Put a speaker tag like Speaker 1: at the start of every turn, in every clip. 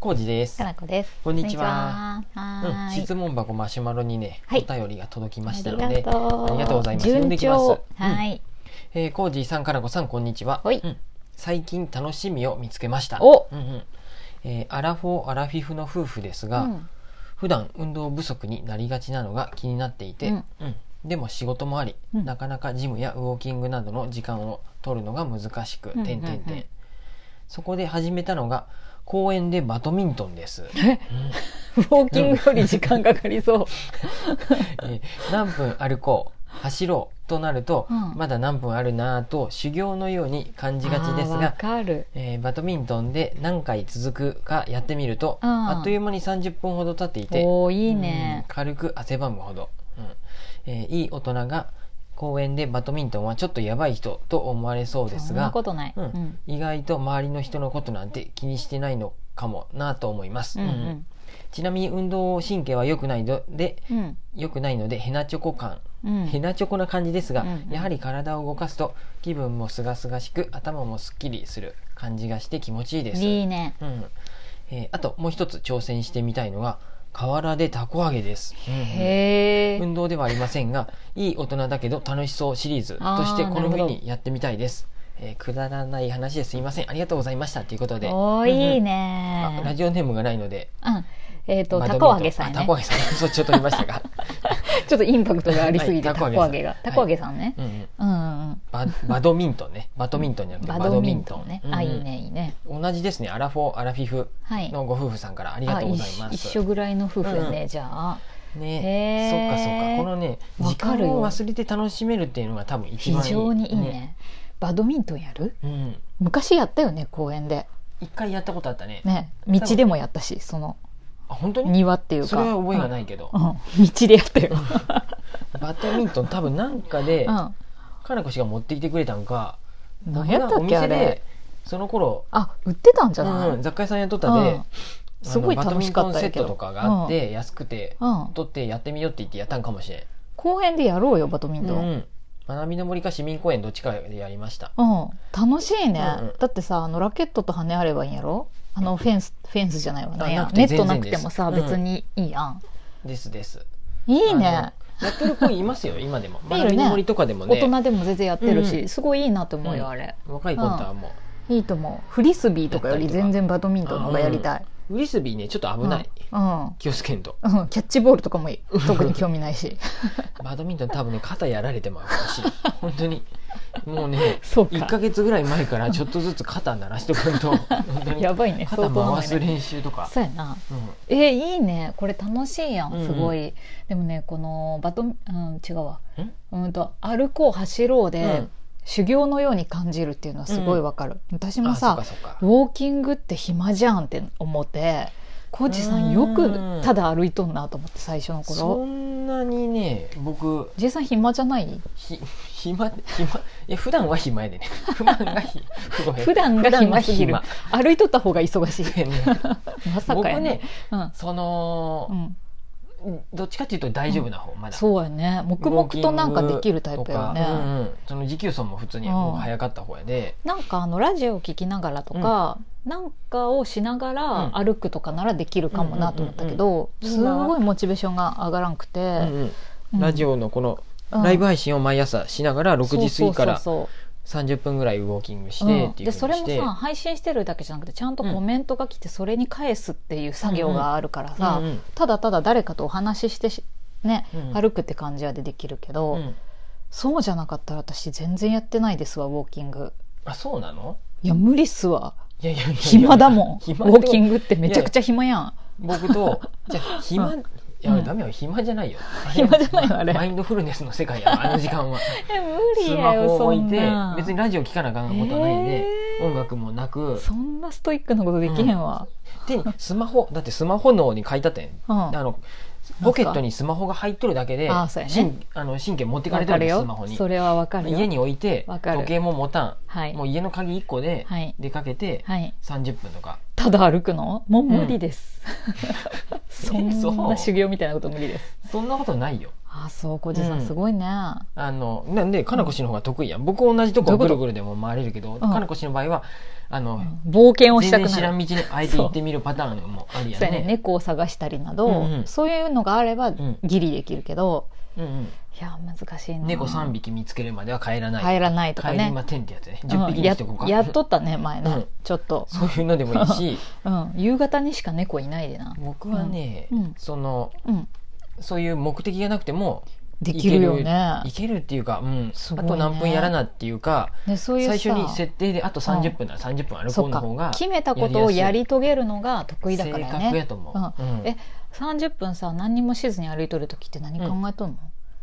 Speaker 1: コウジです
Speaker 2: か。なこです。
Speaker 1: こんにちは
Speaker 2: こんにちは。
Speaker 1: うん、
Speaker 2: はーい
Speaker 1: 質問箱マシュマロにね、
Speaker 2: はい
Speaker 1: お便りが届きましたの
Speaker 2: あり
Speaker 1: で、
Speaker 2: がとう。
Speaker 1: ありがとうございます
Speaker 2: 順調。
Speaker 1: 呼んできますうん
Speaker 2: はい。
Speaker 1: えー、コウジさん、かなこさん、こんにちは。
Speaker 2: ほい
Speaker 1: うん最近楽しみを見つけました。
Speaker 2: お
Speaker 1: うんうんえーアラフォー、アラフィフの夫婦です
Speaker 2: う
Speaker 1: が、
Speaker 2: ん
Speaker 1: 普段運動不足になりがちなのが気になっていて、
Speaker 2: う
Speaker 1: うんんでも仕事もあり、
Speaker 2: うん
Speaker 1: なかなかジムやウォーキングなどの時間を取るのが難しく、
Speaker 2: うんうん
Speaker 1: 点々
Speaker 2: うん
Speaker 1: 点そこで始めたのが公園でバドミントンです、
Speaker 2: ウォーキングより時間かかりそう。
Speaker 1: え何分歩こう走ろうとなると、
Speaker 2: うん
Speaker 1: まだ何分あるなぁと修行のように感じがちです
Speaker 2: あーわ
Speaker 1: が、
Speaker 2: かる。
Speaker 1: えーバドミントンで何回続くかやってみると、
Speaker 2: うん
Speaker 1: あっという間に30分ほど経っていて
Speaker 2: おーいいね
Speaker 1: うん。軽く汗ばむほど、うんえーいい大人が公園でバドミントンはちょっとやばい人と思われそうです
Speaker 2: そんな
Speaker 1: が
Speaker 2: ことない。
Speaker 1: うん
Speaker 2: うん
Speaker 1: 意外と周りの人のことなんて気にしてないのかもなと思います、
Speaker 2: う
Speaker 1: うんうん
Speaker 2: ん
Speaker 1: ちなみに運動神経は良くないので
Speaker 2: うん
Speaker 1: 良くないのでヘナチョコ感
Speaker 2: うん
Speaker 1: ヘナチョコな感じですが、
Speaker 2: うんうん
Speaker 1: やはり体を動かすと気分もすがすがしく頭もすっきりする感じがして気持ちいいです、
Speaker 2: いいね。
Speaker 1: うんえーあともう一つ挑戦してみたいのが河原でたこ揚げです、うんうん
Speaker 2: へえ。
Speaker 1: 運動ではありませんがいい大人だけど楽しそうシリーズとして
Speaker 2: あー
Speaker 1: この
Speaker 2: な
Speaker 1: 冬
Speaker 2: るほど
Speaker 1: にやってみたいです、えーくだらない話ですいませんありがとうございましたということで
Speaker 2: おーいい
Speaker 1: あラ
Speaker 2: ね。
Speaker 1: ジオネームがないので
Speaker 2: うん。えっと、
Speaker 1: バドミ
Speaker 2: た
Speaker 1: ン
Speaker 2: こ
Speaker 1: トン
Speaker 2: 揚げさん
Speaker 1: あた
Speaker 2: ね
Speaker 1: こ。揚げさんそっちを取りました が、
Speaker 2: ちょっとインパクトがありすぎて、
Speaker 1: はい
Speaker 2: たこ揚げが。
Speaker 1: た
Speaker 2: た
Speaker 1: こ揚
Speaker 2: こ揚
Speaker 1: げ
Speaker 2: げさんね。
Speaker 1: うんうん
Speaker 2: うんうん
Speaker 1: ババドミントンねバドミントンじゃな
Speaker 2: うん。
Speaker 1: くて
Speaker 2: バ
Speaker 1: バ
Speaker 2: ド
Speaker 1: ド
Speaker 2: ミ
Speaker 1: ミン
Speaker 2: ン
Speaker 1: トン
Speaker 2: トンね。
Speaker 1: うんうん
Speaker 2: あ、いいね、いいね。
Speaker 1: 同じですねアラフォーアラフィフ
Speaker 2: はい。
Speaker 1: のご夫婦さんからありがとうございま
Speaker 2: あ一
Speaker 1: す
Speaker 2: 一緒ぐらいの夫婦やね、
Speaker 1: うん
Speaker 2: じゃあ
Speaker 1: ね
Speaker 2: へー
Speaker 1: そっかそっかこのね時
Speaker 2: わか
Speaker 1: 間
Speaker 2: るよ
Speaker 1: を忘れて楽しめるっていうのが多分一
Speaker 2: 非
Speaker 1: 番いい
Speaker 2: 常にいいねバドミントンやる
Speaker 1: うん
Speaker 2: 昔やったよね公園で
Speaker 1: 一回やったことあったね
Speaker 2: ね道でもやったしその
Speaker 1: あ本当に
Speaker 2: 庭っていうか、
Speaker 1: それは覚えがないいけど
Speaker 2: う、んうん道でやったよ、
Speaker 1: バドミントン多分なんかで、
Speaker 2: うん
Speaker 1: かなこ氏が持ってきてくれたんか
Speaker 2: 何やったっ
Speaker 1: 僕
Speaker 2: け
Speaker 1: がお
Speaker 2: あ
Speaker 1: 店
Speaker 2: れ
Speaker 1: でその頃
Speaker 2: あ売ってたんじゃない、
Speaker 1: うん、雑貨屋さんやっとった
Speaker 2: う
Speaker 1: で
Speaker 2: ん、
Speaker 1: あの
Speaker 2: すごい楽しかっ
Speaker 1: バド
Speaker 2: た
Speaker 1: ミン
Speaker 2: やけ
Speaker 1: トンセット
Speaker 2: ど
Speaker 1: とかがあって、安くて
Speaker 2: うんうん
Speaker 1: 取ってやってみようって言ってやったんかもしれ
Speaker 2: 公園でやろうよバドミン
Speaker 1: ん、う
Speaker 2: トン、うん
Speaker 1: ん、学びの森か市民公園どっちかでやりました
Speaker 2: 楽しいね、
Speaker 1: うんうん
Speaker 2: だってさあのラケットと羽あればいいんやろあのフェンスフェンスじゃないわ
Speaker 1: あ
Speaker 2: ね
Speaker 1: なくて
Speaker 2: ネット
Speaker 1: 全
Speaker 2: な
Speaker 1: 然
Speaker 2: く
Speaker 1: です
Speaker 2: てもさ、
Speaker 1: うん
Speaker 2: 別にいいやん
Speaker 1: ですです
Speaker 2: いい
Speaker 1: あ
Speaker 2: ね
Speaker 1: のやってる子いますよ今でも
Speaker 2: い
Speaker 1: 学
Speaker 2: るね
Speaker 1: びの森とかでも
Speaker 2: 大
Speaker 1: ね
Speaker 2: 人でも全然やってるし、
Speaker 1: うん
Speaker 2: すごいいいなと思うよ、
Speaker 1: うん
Speaker 2: あれ
Speaker 1: 若い子とはも
Speaker 2: いいと思うフリスビーとかより全然バドミントンの方がやりたい、
Speaker 1: う、ウリスビーねちょっと危ない、
Speaker 2: うん
Speaker 1: 気をつけんと
Speaker 2: うん、キャッチボールとかも特に興味な いし
Speaker 1: バドミントン多分ね肩やられてもらうかも しれん本当にもうね
Speaker 2: そう
Speaker 1: 1か
Speaker 2: か
Speaker 1: 月ぐらい前からちょっとずつ肩鳴らしておく と本当に
Speaker 2: やばいね
Speaker 1: 肩
Speaker 2: な
Speaker 1: 回す練習とか、
Speaker 2: そうやな
Speaker 1: うん
Speaker 2: えーいいねこれ楽しいやん
Speaker 1: うんうん
Speaker 2: すごい、でもねこのバドミうん違うわ
Speaker 1: ん
Speaker 2: うんと歩こう走ろうで、
Speaker 1: うん
Speaker 2: 修行のように感じるっていうのはすごいわかる、私も
Speaker 1: あそっ
Speaker 2: さ
Speaker 1: かそっか
Speaker 2: ウォーキングって暇じゃんって思ってコーチさんよ
Speaker 1: うん
Speaker 2: くただ歩いとんなと思って最初の
Speaker 1: そ
Speaker 2: 頃
Speaker 1: んなにね僕
Speaker 2: ジェイさん暇じゃない
Speaker 1: ひ暇暇いや普段は暇や でね普段がひごめん
Speaker 2: 普段が暇すぎる
Speaker 1: 普段が
Speaker 2: 歩いとった方が忙し い
Speaker 1: 暇でね
Speaker 2: ま さ
Speaker 1: 僕
Speaker 2: かやね
Speaker 1: ね
Speaker 2: うん
Speaker 1: その
Speaker 2: う、ん、
Speaker 1: どっちかっていうと大丈夫な方まだ
Speaker 2: そうやね黙々となんかできるタイプやね、
Speaker 1: ウォーキングとかうんうんその持久走も普通に
Speaker 2: うん
Speaker 1: もう早かった方やで、
Speaker 2: なんかあのラジオを聞きながらとか、なんかをしながら
Speaker 1: う
Speaker 2: 歩くとかならできるかもなと思ったけど、
Speaker 1: うんうんう
Speaker 2: す
Speaker 1: んうん
Speaker 2: ごいモチベーションが上がらんくて、
Speaker 1: うんうんラジ
Speaker 2: オ
Speaker 1: オのこのライブ配信を毎朝しながら6時過ぎから
Speaker 2: そうそうそうそ
Speaker 1: 30
Speaker 2: う
Speaker 1: 分ぐらいウォーキングし
Speaker 2: う
Speaker 1: て
Speaker 2: ん
Speaker 1: っていう
Speaker 2: でそ
Speaker 1: 風に
Speaker 2: れ
Speaker 1: し
Speaker 2: も
Speaker 1: て、
Speaker 2: さ配信してるだけじゃなくてちゃんとコメントが来てそれに返すっていう作業があるからさ、
Speaker 1: うんうん
Speaker 2: ただただ誰かとお話ししてしね、
Speaker 1: うん
Speaker 2: 歩くって感じはでできるけど、
Speaker 1: うん
Speaker 2: そうじゃなかったら私全然やってないですわウォーキング
Speaker 1: あそうなの
Speaker 2: いや無理っすわ
Speaker 1: いやいやいやいや
Speaker 2: 暇だもんウ
Speaker 1: 暇
Speaker 2: ォーキ
Speaker 1: グ
Speaker 2: ングってめちゃくちゃ暇やん
Speaker 1: 僕 とじゃあ暇、
Speaker 2: う
Speaker 1: いや
Speaker 2: うん
Speaker 1: ダメよ暇じゃないよ
Speaker 2: 暇じゃないよあれ
Speaker 1: マインドフルネスの世界や わあの時間は
Speaker 2: え無
Speaker 1: ス
Speaker 2: 理
Speaker 1: マ
Speaker 2: やよ
Speaker 1: ホを
Speaker 2: そ
Speaker 1: 置い
Speaker 2: ん
Speaker 1: て
Speaker 2: な
Speaker 1: 別にラジオ聞かなあかんことはないんで、
Speaker 2: えー
Speaker 1: 音楽もなく
Speaker 2: そんなストイックなことできへんわ、
Speaker 1: 手にスマホだってスマホ脳に書いたってん
Speaker 2: うん
Speaker 1: あのポケットにスマホが入っとるだけで
Speaker 2: あそうやね
Speaker 1: 神あの神経持ってかれ
Speaker 2: わ
Speaker 1: て
Speaker 2: か
Speaker 1: るん
Speaker 2: る
Speaker 1: です
Speaker 2: よ
Speaker 1: スマホに
Speaker 2: それはわかるよ
Speaker 1: 家に置いて
Speaker 2: わかる
Speaker 1: 時計も持た
Speaker 2: は
Speaker 1: ん
Speaker 2: い
Speaker 1: もう家の鍵1個で
Speaker 2: はい
Speaker 1: 出かけて
Speaker 2: はい
Speaker 1: 30分とか
Speaker 2: ただ歩くのもう
Speaker 1: うん
Speaker 2: 無理です、そん
Speaker 1: そう
Speaker 2: な修行みたいなこと無理です
Speaker 1: そんなことないよ
Speaker 2: あそう小路さ
Speaker 1: うん
Speaker 2: んすごいね、
Speaker 1: あのなんでかなこ氏の方が得意やん僕同じとこ
Speaker 2: どう
Speaker 1: ぐ
Speaker 2: いうこ
Speaker 1: る
Speaker 2: と
Speaker 1: ぐるでも回れるけど
Speaker 2: ん
Speaker 1: かなこ氏の場合はあの、
Speaker 2: 冒険をし
Speaker 1: 全
Speaker 2: たく
Speaker 1: 然知
Speaker 2: な
Speaker 1: ら
Speaker 2: る
Speaker 1: ん道にあえて行ってみるパターンもありや
Speaker 2: そうやね
Speaker 1: ね。
Speaker 2: 猫を探したりなど、
Speaker 1: うんうん
Speaker 2: そういうのがあれば
Speaker 1: ん
Speaker 2: ギリできるけど、
Speaker 1: うんうん
Speaker 2: いや難しいな
Speaker 1: 猫3匹見つけるまでは帰らない。
Speaker 2: 入らないとか
Speaker 1: 帰り
Speaker 2: ね、
Speaker 1: まてんってやつね。
Speaker 2: うん
Speaker 1: 10匹に
Speaker 2: や
Speaker 1: しとこうか。
Speaker 2: やっとったね前の、
Speaker 1: うん
Speaker 2: ちょっと、
Speaker 1: そういうのでもいいし、
Speaker 2: うん、夕方にしか猫いないでな、
Speaker 1: 僕はね、
Speaker 2: うん
Speaker 1: その
Speaker 2: うん、
Speaker 1: そういう目的がなくても
Speaker 2: できるよね
Speaker 1: いけるっていうか、うん、
Speaker 2: すご
Speaker 1: あ
Speaker 2: いね
Speaker 1: と何分やらなっていうか、
Speaker 2: でそういうさ
Speaker 1: 最初に設定であと30分なら30分歩こ
Speaker 2: そうっ
Speaker 1: の
Speaker 2: か
Speaker 1: 方が
Speaker 2: 決めたことをやり遂げるのが得意だから
Speaker 1: 正確や
Speaker 2: ね
Speaker 1: と思う。うん
Speaker 2: え30分さ何にもしずに歩いとる時って何考えとん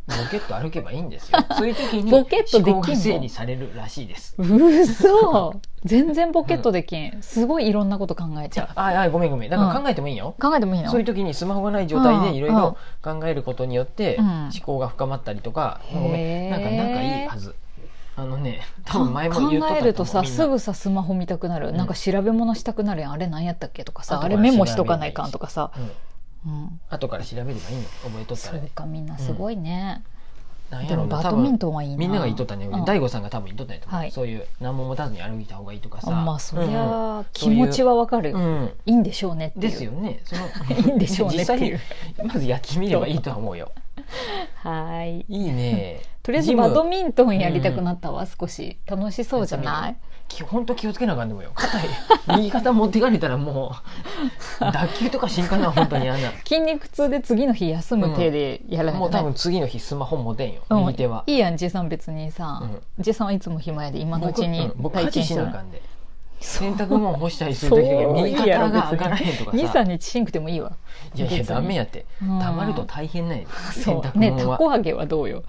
Speaker 2: の、
Speaker 1: ボケット歩けばいいん ですよ。そういう時に
Speaker 2: ボケットできんの
Speaker 1: 思考が整理されるらしいです。
Speaker 2: ううそ 全然ボケットできんすごいいろんなこと考えち
Speaker 1: じゃ
Speaker 2: ゃ
Speaker 1: あ、ああごめんごめん。だから考えてもいいよ
Speaker 2: う。考えてもいいの
Speaker 1: そういう時にスマホがない状態
Speaker 2: うん
Speaker 1: でいろいろ考えることによって
Speaker 2: うん
Speaker 1: 思考が深まったりとか、
Speaker 2: へー
Speaker 1: ごめんなんか仲いいはず。あのね、多分前も言っとった
Speaker 2: 考
Speaker 1: 思う
Speaker 2: えるとさ
Speaker 1: みんな
Speaker 2: すぐさスマホ見たくなる、
Speaker 1: うん
Speaker 2: なんか調べ物したくなるやんあれ何やったっけとかさ
Speaker 1: 後か
Speaker 2: あ
Speaker 1: ら
Speaker 2: れメモしとかないかんとかさ、
Speaker 1: うん
Speaker 2: うん、
Speaker 1: 後から調べればいいの覚えとった
Speaker 2: そ
Speaker 1: ら
Speaker 2: う
Speaker 1: ね
Speaker 2: かみんなすごいね、
Speaker 1: なん
Speaker 2: で
Speaker 1: やろ
Speaker 2: も
Speaker 1: うな
Speaker 2: バ
Speaker 1: 多
Speaker 2: ドミン
Speaker 1: 分
Speaker 2: トンはいいな
Speaker 1: みんなが言っとったね
Speaker 2: うん
Speaker 1: 大悟さんが多分言っとったんやと思う
Speaker 2: はい
Speaker 1: そういう何も持たずに歩いた方がいいとかさ
Speaker 2: まあそり
Speaker 1: うん
Speaker 2: ゃ気持ちはわかるよ、
Speaker 1: うんうん
Speaker 2: いいんでしょうねって
Speaker 1: で
Speaker 2: いう
Speaker 1: すよねその
Speaker 2: いいんでしょうね
Speaker 1: 実際
Speaker 2: ってい
Speaker 1: に
Speaker 2: う
Speaker 1: まずやってみればいいとは思うよ
Speaker 2: はい
Speaker 1: いいね
Speaker 2: とりあえず
Speaker 1: ジム
Speaker 2: バドミントンやりたくなったわ、少し楽しそうじゃない
Speaker 1: きほんと気をつけなあかんでもよ肩へ右肩持ってかれたらもう 脱臼とかしんかな本当にあん な
Speaker 2: 筋肉痛で次の日休む手でやらない
Speaker 1: も
Speaker 2: と
Speaker 1: う多
Speaker 2: ね、
Speaker 1: 分次の日スマホ持てんよ
Speaker 2: うん
Speaker 1: 右手はい
Speaker 2: いやんじいさん別にさ、じいさんはいつも暇やで今のう
Speaker 1: 僕
Speaker 2: ちに
Speaker 1: うん僕
Speaker 2: 体
Speaker 1: 家事
Speaker 2: 験
Speaker 1: し
Speaker 2: し
Speaker 1: なあ
Speaker 2: た
Speaker 1: からんで
Speaker 2: そう
Speaker 1: 洗濯物干したりする時
Speaker 2: そう
Speaker 1: に右
Speaker 2: いいやろ
Speaker 1: 肩が上
Speaker 2: 別に
Speaker 1: がらへんとか
Speaker 2: 兄さ
Speaker 1: さ
Speaker 2: んにちんくてもいいわ
Speaker 1: いやいや
Speaker 2: 別に
Speaker 1: ダメやって
Speaker 2: うん
Speaker 1: たまると大変なんやで
Speaker 2: そ
Speaker 1: 洗
Speaker 2: う
Speaker 1: 濯
Speaker 2: ねた
Speaker 1: 物は
Speaker 2: こ揚げはどうよ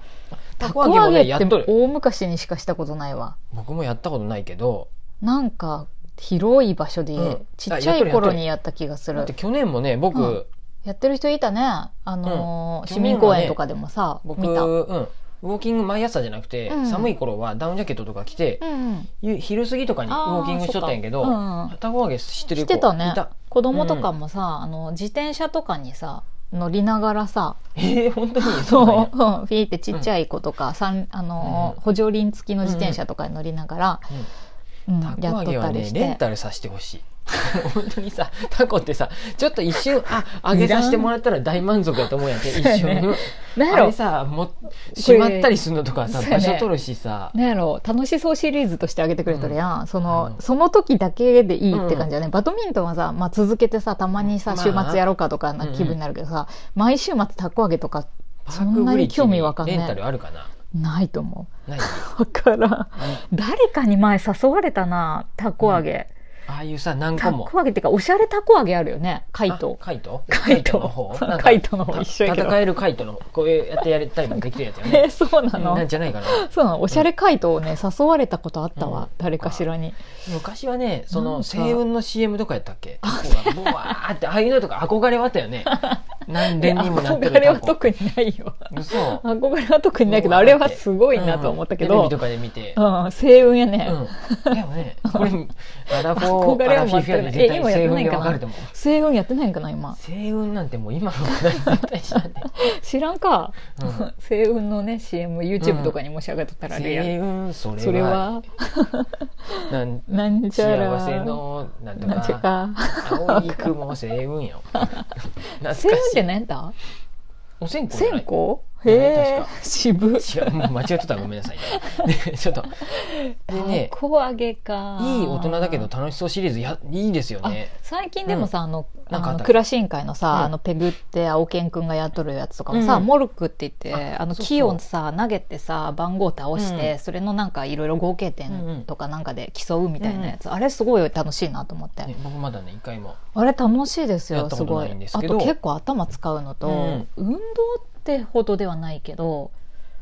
Speaker 1: たこ揚げもねやっとる
Speaker 2: 大昔にしかしたことないわ
Speaker 1: 僕もやったことないけど
Speaker 2: なんか広い場所で、
Speaker 1: うん
Speaker 2: ちっちゃい頃にやった気がする
Speaker 1: だ
Speaker 2: や
Speaker 1: っ
Speaker 2: って
Speaker 1: 去年もね
Speaker 2: う
Speaker 1: 僕
Speaker 2: んてる人いたねあのー
Speaker 1: うん
Speaker 2: 市民公園とかでもさ、
Speaker 1: 僕
Speaker 2: 見た、うん
Speaker 1: うんウォーキング毎朝じゃなくて、
Speaker 2: うん
Speaker 1: 寒い頃はダウンジャケットとか着て、
Speaker 2: うん、
Speaker 1: ゆ昼過ぎとかにウ
Speaker 2: あ
Speaker 1: ォーキングしとったんやけど、
Speaker 2: そっかうんうん
Speaker 1: 旗揚げ知ってる
Speaker 2: し
Speaker 1: 子
Speaker 2: てたね
Speaker 1: いた
Speaker 2: 子供とかもさ、あの自転車とかにさ乗りながらさ
Speaker 1: えー、本当に
Speaker 2: そう
Speaker 1: なん
Speaker 2: う、うん
Speaker 1: や、
Speaker 2: フィーってちっちゃい子とか、さんあのー
Speaker 1: うん
Speaker 2: 補助輪付きの自転車とかに乗りながら、うん
Speaker 1: たこ
Speaker 2: や
Speaker 1: 揚
Speaker 2: っと
Speaker 1: げ
Speaker 2: っ
Speaker 1: は
Speaker 2: たり
Speaker 1: ね
Speaker 2: して、
Speaker 1: レンタルさせてほしい 本当にさタコってさちょっと一瞬あ揚げさせてもらったら大満足だと思うやんけ一
Speaker 2: そうや
Speaker 1: 瞬、
Speaker 2: ねなんや
Speaker 1: あ
Speaker 2: ろ
Speaker 1: れさもしまったりするのとかさ
Speaker 2: そうや
Speaker 1: 場
Speaker 2: ね
Speaker 1: 所取るしさ、
Speaker 2: なんやろ楽しそうシリーズとしてあげてくれとるやん、そ
Speaker 1: あ
Speaker 2: の
Speaker 1: の
Speaker 2: その時だけでいいって感じだね、バドミントンはさ、まあ、続けてさたまにさ、
Speaker 1: まあ
Speaker 2: 週末やろうかとかな気分になるけどさ、毎週末たこ揚げとか
Speaker 1: パ
Speaker 2: そ
Speaker 1: ーク
Speaker 2: んな
Speaker 1: ブリ
Speaker 2: に
Speaker 1: ッジ
Speaker 2: 興味
Speaker 1: に
Speaker 2: わかん
Speaker 1: レン
Speaker 2: な
Speaker 1: タ
Speaker 2: い
Speaker 1: ルあるかな
Speaker 2: ないと思
Speaker 1: ない
Speaker 2: うだ から
Speaker 1: あ
Speaker 2: 誰かに前誘われたなたこ揚げ、
Speaker 1: あいうさ何個
Speaker 2: た
Speaker 1: も
Speaker 2: こ揚げってかおしゃれたこ揚げあるよねカイト
Speaker 1: あカイト
Speaker 2: カイト
Speaker 1: の方
Speaker 2: そう
Speaker 1: なんか
Speaker 2: カイトの方一緒やけど
Speaker 1: 戦えるカイトのこういうやってやれたりもできるやつよ
Speaker 2: え
Speaker 1: ね
Speaker 2: そうなの、
Speaker 1: なんじゃないかな
Speaker 2: そうなのおしゃれカイトをね誘われたことあったわ、
Speaker 1: うん
Speaker 2: 誰かしらに
Speaker 1: 昔はねそ
Speaker 2: なん
Speaker 1: の
Speaker 2: か
Speaker 1: 星雲の CM とかやったっけタコがブワーってああいうのとか憧れはあったよ ね何
Speaker 2: で
Speaker 1: 年にもなって
Speaker 2: 憧れ
Speaker 1: る
Speaker 2: は
Speaker 1: タコ
Speaker 2: 特にないよ
Speaker 1: 嘘
Speaker 2: 憧れは特にないけどあれはすごいなとは思ったけ
Speaker 1: うん
Speaker 2: ど、
Speaker 1: テレビとかで見て
Speaker 2: うん、星雲やね、
Speaker 1: うんでもねこれ アラフォ
Speaker 2: 憧
Speaker 1: ーア
Speaker 2: れは
Speaker 1: ラフィフやで絶
Speaker 2: え
Speaker 1: 対
Speaker 2: 今
Speaker 1: 星
Speaker 2: やってな
Speaker 1: 雲
Speaker 2: いん
Speaker 1: で
Speaker 2: かな
Speaker 1: 分かると思う
Speaker 2: 星雲やってないんかな今
Speaker 1: 星雲なんてもう今の話題絶対知らん で
Speaker 2: 知らんか、
Speaker 1: うん
Speaker 2: 星雲のね CMYouTube とかにもし上がっとったらあれや、
Speaker 1: 星雲それは
Speaker 2: それは
Speaker 1: なん
Speaker 2: なんちゃら
Speaker 1: 幸せのなんと
Speaker 2: なんちゃ
Speaker 1: か
Speaker 2: か
Speaker 1: 青い雲星雲 よ懐かしい
Speaker 2: 星雲って何やった
Speaker 1: お線香じゃな
Speaker 2: 線
Speaker 1: い
Speaker 2: 香へ
Speaker 1: ない
Speaker 2: え
Speaker 1: 確か
Speaker 2: 渋
Speaker 1: 違うもう間違っとったらごめんなさいねでちょっとでね
Speaker 2: たこ揚げか
Speaker 1: いい大人だけど楽しそうシリーズやいいですよ
Speaker 2: あ
Speaker 1: ね
Speaker 2: 最近でもさ、あの
Speaker 1: な
Speaker 2: あ
Speaker 1: んかあった
Speaker 2: の
Speaker 1: ね
Speaker 2: クラシン会の
Speaker 1: う
Speaker 2: さ、
Speaker 1: ん
Speaker 2: あのペグって青健くんがやっとるやつとかもさ、
Speaker 1: うん
Speaker 2: モルクって言って
Speaker 1: あ
Speaker 2: あの
Speaker 1: そうそう
Speaker 2: 木をさ投げてさ番号倒して、
Speaker 1: うん
Speaker 2: それのなんかいろいろ合計
Speaker 1: うんう
Speaker 2: 点
Speaker 1: ん
Speaker 2: とかなんかで競うみたいなやつ、あれすごい楽しいなと思って、
Speaker 1: ね僕まだね一回も
Speaker 2: あれ楽しいです
Speaker 1: やっ
Speaker 2: よ
Speaker 1: た
Speaker 2: す
Speaker 1: こと
Speaker 2: ごい
Speaker 1: ないんです
Speaker 2: あ
Speaker 1: けど
Speaker 2: と結構頭使うのと、
Speaker 1: うん
Speaker 2: 運動ってほどではないけど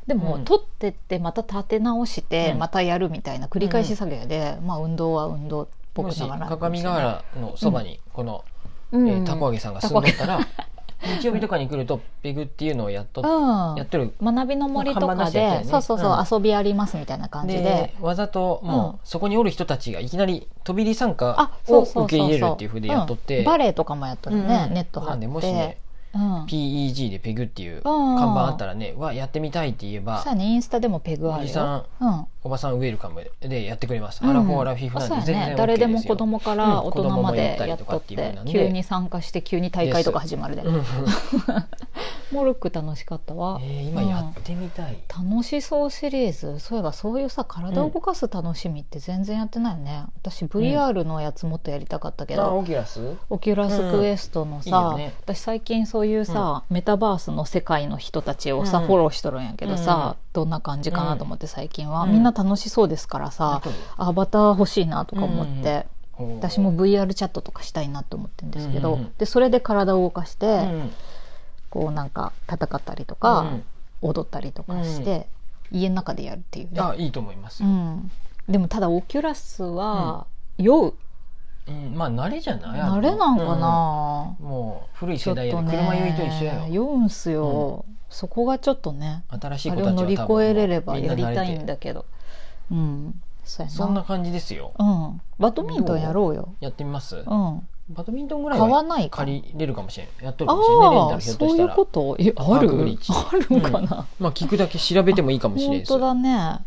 Speaker 2: でも、
Speaker 1: うん
Speaker 2: 取ってってまた立て直して、
Speaker 1: うん
Speaker 2: またやるみたいな繰り返し作業で、まあ運動は運動っぽ
Speaker 1: も
Speaker 2: く
Speaker 1: し
Speaker 2: ながら
Speaker 1: 各務原のそばにこの
Speaker 2: うん
Speaker 1: えーたこ揚げさんが住んでたら日曜日とかに来るとペグっていうのをやっと
Speaker 2: うん
Speaker 1: やってる
Speaker 2: 学びの森と
Speaker 1: 看板出
Speaker 2: か
Speaker 1: してたよ
Speaker 2: で、
Speaker 1: ね
Speaker 2: そうそうそう、
Speaker 1: う
Speaker 2: 遊びありますみたいな感じで
Speaker 1: でわざともうそこにおる人たちがいきなり飛び入り参加
Speaker 2: あそ
Speaker 1: を
Speaker 2: うそうそうそう
Speaker 1: 受け入れるっていうふうでやっとっ
Speaker 2: う
Speaker 1: て
Speaker 2: んバレエとかもやっとるね、
Speaker 1: うんうん
Speaker 2: ネット張
Speaker 1: な
Speaker 2: っ
Speaker 1: ん
Speaker 2: て
Speaker 1: でもしね
Speaker 2: うん、
Speaker 1: PEG でペグっていう
Speaker 2: うん
Speaker 1: 看板あったらね、はやってみたいって言えば
Speaker 2: さあねインスタでもペグあ
Speaker 1: お
Speaker 2: る
Speaker 1: じさ
Speaker 2: よ。
Speaker 1: ん
Speaker 2: うん
Speaker 1: おばさんウェルカムでやってくれます、
Speaker 2: うん
Speaker 1: アラフォーアラフィフ
Speaker 2: あ
Speaker 1: なん
Speaker 2: そう
Speaker 1: て全然 OK です
Speaker 2: やね
Speaker 1: よ
Speaker 2: 誰でも子供か
Speaker 1: うん
Speaker 2: ら大人までやっ
Speaker 1: 子供もや
Speaker 2: と
Speaker 1: ったりとか
Speaker 2: っ
Speaker 1: っていう
Speaker 2: て
Speaker 1: ので
Speaker 2: 急に参加して急に大会とか始まるで
Speaker 1: うん
Speaker 2: モルック楽しかったわ
Speaker 1: えー今やってみたい、
Speaker 2: 楽しそうシリーズそういえばそういうさ体を動かす楽しみって全然やってないよね私 VR のやつもっとやりたかったけ
Speaker 1: あ
Speaker 2: ど
Speaker 1: オキュラス
Speaker 2: オキュラスクエストのさ、
Speaker 1: うんいいよね
Speaker 2: 私最近そういうさ、メタバースの世界の人たちをさ、
Speaker 1: うん
Speaker 2: フォローしとるんやけどさ、どんな感じかなと思って最近は、みんな楽しそうですからさ、アバター欲しいなとか思って。私も VR チャットとかしたいなと思ってるんですけど、
Speaker 1: うんうんうん
Speaker 2: でそれで体を動かして、
Speaker 1: うん
Speaker 2: こうなんか戦ったりと
Speaker 1: う
Speaker 2: か、
Speaker 1: ん
Speaker 2: 踊ったりとかして、家の中でやるっていうね、
Speaker 1: あいいと思います
Speaker 2: う、ん、でもただオキュラスは酔う、
Speaker 1: うんまあ慣れじゃない
Speaker 2: 慣れなんかな、
Speaker 1: うんもう古い
Speaker 2: ちょ
Speaker 1: 世
Speaker 2: っと
Speaker 1: 代や
Speaker 2: ね
Speaker 1: で車酔いと一緒やよ
Speaker 2: 酔うんすよ、そこがちょっとね
Speaker 1: 新しい
Speaker 2: あ
Speaker 1: 子
Speaker 2: れ
Speaker 1: たち
Speaker 2: を
Speaker 1: は
Speaker 2: 乗り越
Speaker 1: 多分
Speaker 2: えれれば
Speaker 1: みん
Speaker 2: や
Speaker 1: な
Speaker 2: り
Speaker 1: 慣れて
Speaker 2: たいんだけどうんそうやな
Speaker 1: そんな感じですよ
Speaker 2: うん、バドミントンやろうよ、
Speaker 1: やってみます
Speaker 2: うん、
Speaker 1: バドミントンぐらい
Speaker 2: 買わ
Speaker 1: は
Speaker 2: ないか
Speaker 1: 借りれるかもしれんやっとる
Speaker 2: あ
Speaker 1: かもしれんねレンタ
Speaker 2: あ
Speaker 1: ルひょっと
Speaker 2: そ
Speaker 1: し
Speaker 2: うい
Speaker 1: た
Speaker 2: う
Speaker 1: ら
Speaker 2: ことえあ
Speaker 1: パー
Speaker 2: る
Speaker 1: クブリッジ
Speaker 2: あるかな、
Speaker 1: まあ聞くだけ調べてもいいかもしれん
Speaker 2: 本
Speaker 1: です
Speaker 2: 当だねう
Speaker 1: な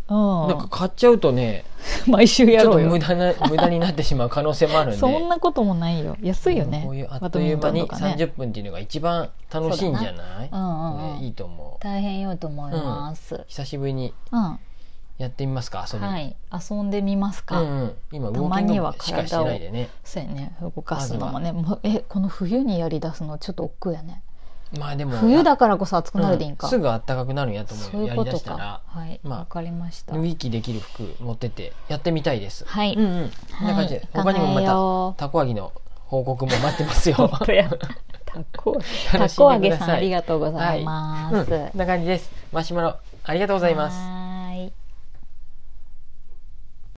Speaker 1: んか買っちゃうとね
Speaker 2: ん毎週や
Speaker 1: ちょっ
Speaker 2: ろ
Speaker 1: と
Speaker 2: うよ
Speaker 1: 無駄な 無駄になってしまう可能性もあるんで
Speaker 2: そんなこともないよ安いよね
Speaker 1: こういうあっ
Speaker 2: バ
Speaker 1: と
Speaker 2: ド
Speaker 1: い
Speaker 2: ミ
Speaker 1: う
Speaker 2: ント
Speaker 1: 間
Speaker 2: ンと
Speaker 1: に
Speaker 2: かね
Speaker 1: 30分っていうのが一番楽しいんじゃない
Speaker 2: うんうんうん
Speaker 1: これいいと思う
Speaker 2: 大変よと思います
Speaker 1: 久しぶりに
Speaker 2: うん
Speaker 1: やってみますか遊び
Speaker 2: はい遊んでみます
Speaker 1: う
Speaker 2: か
Speaker 1: んうん今ウォ
Speaker 2: た
Speaker 1: ー
Speaker 2: ま
Speaker 1: キン
Speaker 2: には
Speaker 1: グしかしてないでね
Speaker 2: そうやね動かすのもねもうえこの冬にやりだすのちょっと億劫やね
Speaker 1: まあでも
Speaker 2: 冬だからこそ暑くなるでいいん
Speaker 1: う
Speaker 2: か
Speaker 1: んすぐ暖かくなるんやと思う
Speaker 2: そ
Speaker 1: よ
Speaker 2: うい
Speaker 1: や
Speaker 2: う
Speaker 1: り
Speaker 2: こ
Speaker 1: だ
Speaker 2: と
Speaker 1: した
Speaker 2: からはい
Speaker 1: まあ
Speaker 2: わかりました
Speaker 1: 脱ぎ着できる服持ってってやってみたいです
Speaker 2: はい
Speaker 1: うんうんこんな
Speaker 2: は
Speaker 1: 感
Speaker 2: い
Speaker 1: じで
Speaker 2: 考
Speaker 1: 他にもま
Speaker 2: え
Speaker 1: た
Speaker 2: よう
Speaker 1: たこ揚げの報告も待ってます よ
Speaker 2: 本当や。たこ、た
Speaker 1: 楽しんでください
Speaker 2: こ揚げさんありがとうございます。
Speaker 1: うんこんな感じですマシュマロありがとうご
Speaker 2: ご
Speaker 1: ざいます